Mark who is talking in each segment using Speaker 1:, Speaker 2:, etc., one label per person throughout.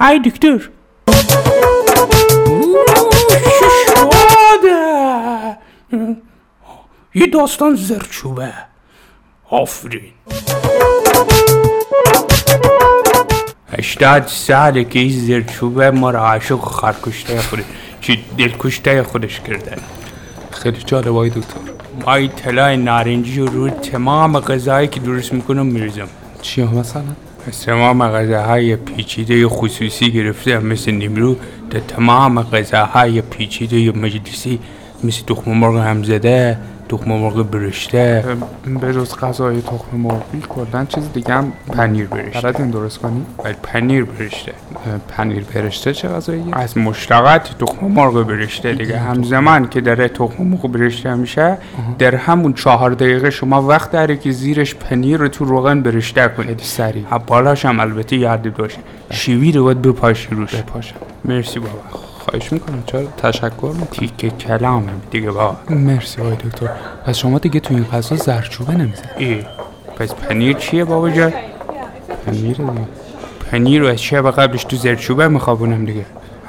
Speaker 1: ای دکتر شاده یه داستان زرچوبه آفرین هشتاد ساله که این زرچوبه ما را عاشق خرکشته خودش چی دلکشته خودش کردن
Speaker 2: خیلی جالب آقای دکتر
Speaker 1: مای طلای نارنجی رو روی تمام غذایی که درست میکنم میریزم
Speaker 2: چی ها مثلا؟
Speaker 1: از تمام غذاهای پیچیده خصوصی گرفته مثل نیمرو تا تمام غذاهای پیچیده مجلسی مثل تخم مرغ همزده تخم مرغ برشته
Speaker 2: به جز غذای تخم مرغی کلا چیز دیگه هم
Speaker 1: پنیر برشته
Speaker 2: بلدین درست کنی
Speaker 1: ولی پنیر برشته
Speaker 2: اه، پنیر برشته چه غذاییه
Speaker 1: از مشتقات تخم مرغ برشته دیگه همزمان که داره تخم مرغ برشته میشه در همون چهار دقیقه شما وقت داره که زیرش پنیر رو تو روغن برشته کنید
Speaker 2: خیلی سریع
Speaker 1: ها، بالاش هم البته یاد باشه شیوی رو باید بپاشی روش
Speaker 2: بپاشم
Speaker 1: مرسی بابا
Speaker 2: خواهش میکنم چرا تشکر میکنم
Speaker 1: تیکه کلامه دیگه بابا
Speaker 2: مرسی آقای دکتر پس شما دیگه تو این غذا زرچوبه نمیزنی
Speaker 1: ای پس پنیر چیه بابا جان؟
Speaker 2: پنیر دیگه
Speaker 1: پنیر رو از شب قبلش تو زرچوبه میخوابونم دیگه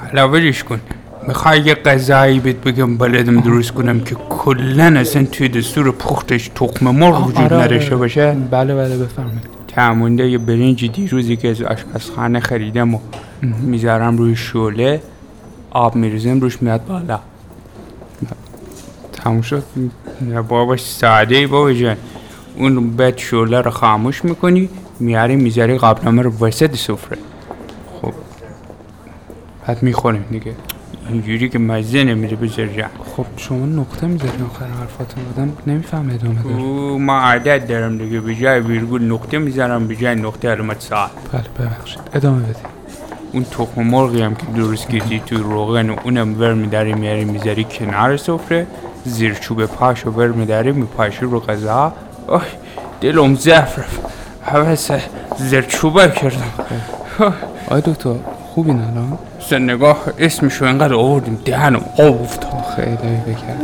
Speaker 1: حلاوهش کن میخوای یه غذایی بهت بگم بلدم درست کنم که کلا اصلا توی دستور پختش تخم مرغ وجود نداشته باشه
Speaker 2: بله بله بفرمایید
Speaker 1: تعمونده یه برنج دیروزی که از آشپزخانه خریدم و میذارم روی شعله آب میریزم روش میاد بالا
Speaker 2: تموم شد
Speaker 1: نه بابا ساده بابا جان اون بعد شعله رو خاموش میکنی میاری میذاری قابلمه رو وسط سفره خب بعد میخوریم دیگه اینجوری که مزه نمیده بذار جان
Speaker 2: خب شما نقطه میذارین آخر حرفاتون آدم نمیفهمه ادامه داره
Speaker 1: او ما عادت دارم دیگه به جای ویرگول نقطه میذارم به جای نقطه علامت ساعت
Speaker 2: بله ببخشید ادامه بدید
Speaker 1: اون تخم مرغی هم که درست کردی توی روغن اونم ور میداری میاری میذاری کنار سفره زیر چوب پاش رو ور میداری میپاشی رو غذا آه دلم ضعف رفت حوث زیر چوبه کردم آه،
Speaker 2: آقای دکتر خوبین الان
Speaker 1: سن نگاه اسمشو انقدر آوردیم دهنم آب افتاد
Speaker 2: تا خیلی بکرد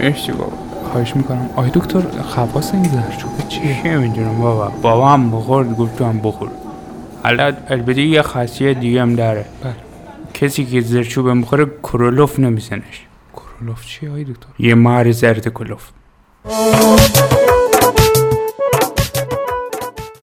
Speaker 1: مرسی بابا
Speaker 2: خواهش میکنم آقای دکتر خواص این زرچوبه چیه
Speaker 1: چه میدونم بابا بابا هم بخورد گفتم بخور حالا البته یه خاصیت دیگه هم داره
Speaker 2: بله
Speaker 1: کسی که زرچوبه میخوره کرولوف نمیزنش
Speaker 2: کرولوف چیه آقای دکتر
Speaker 1: یه مار زرد کلوف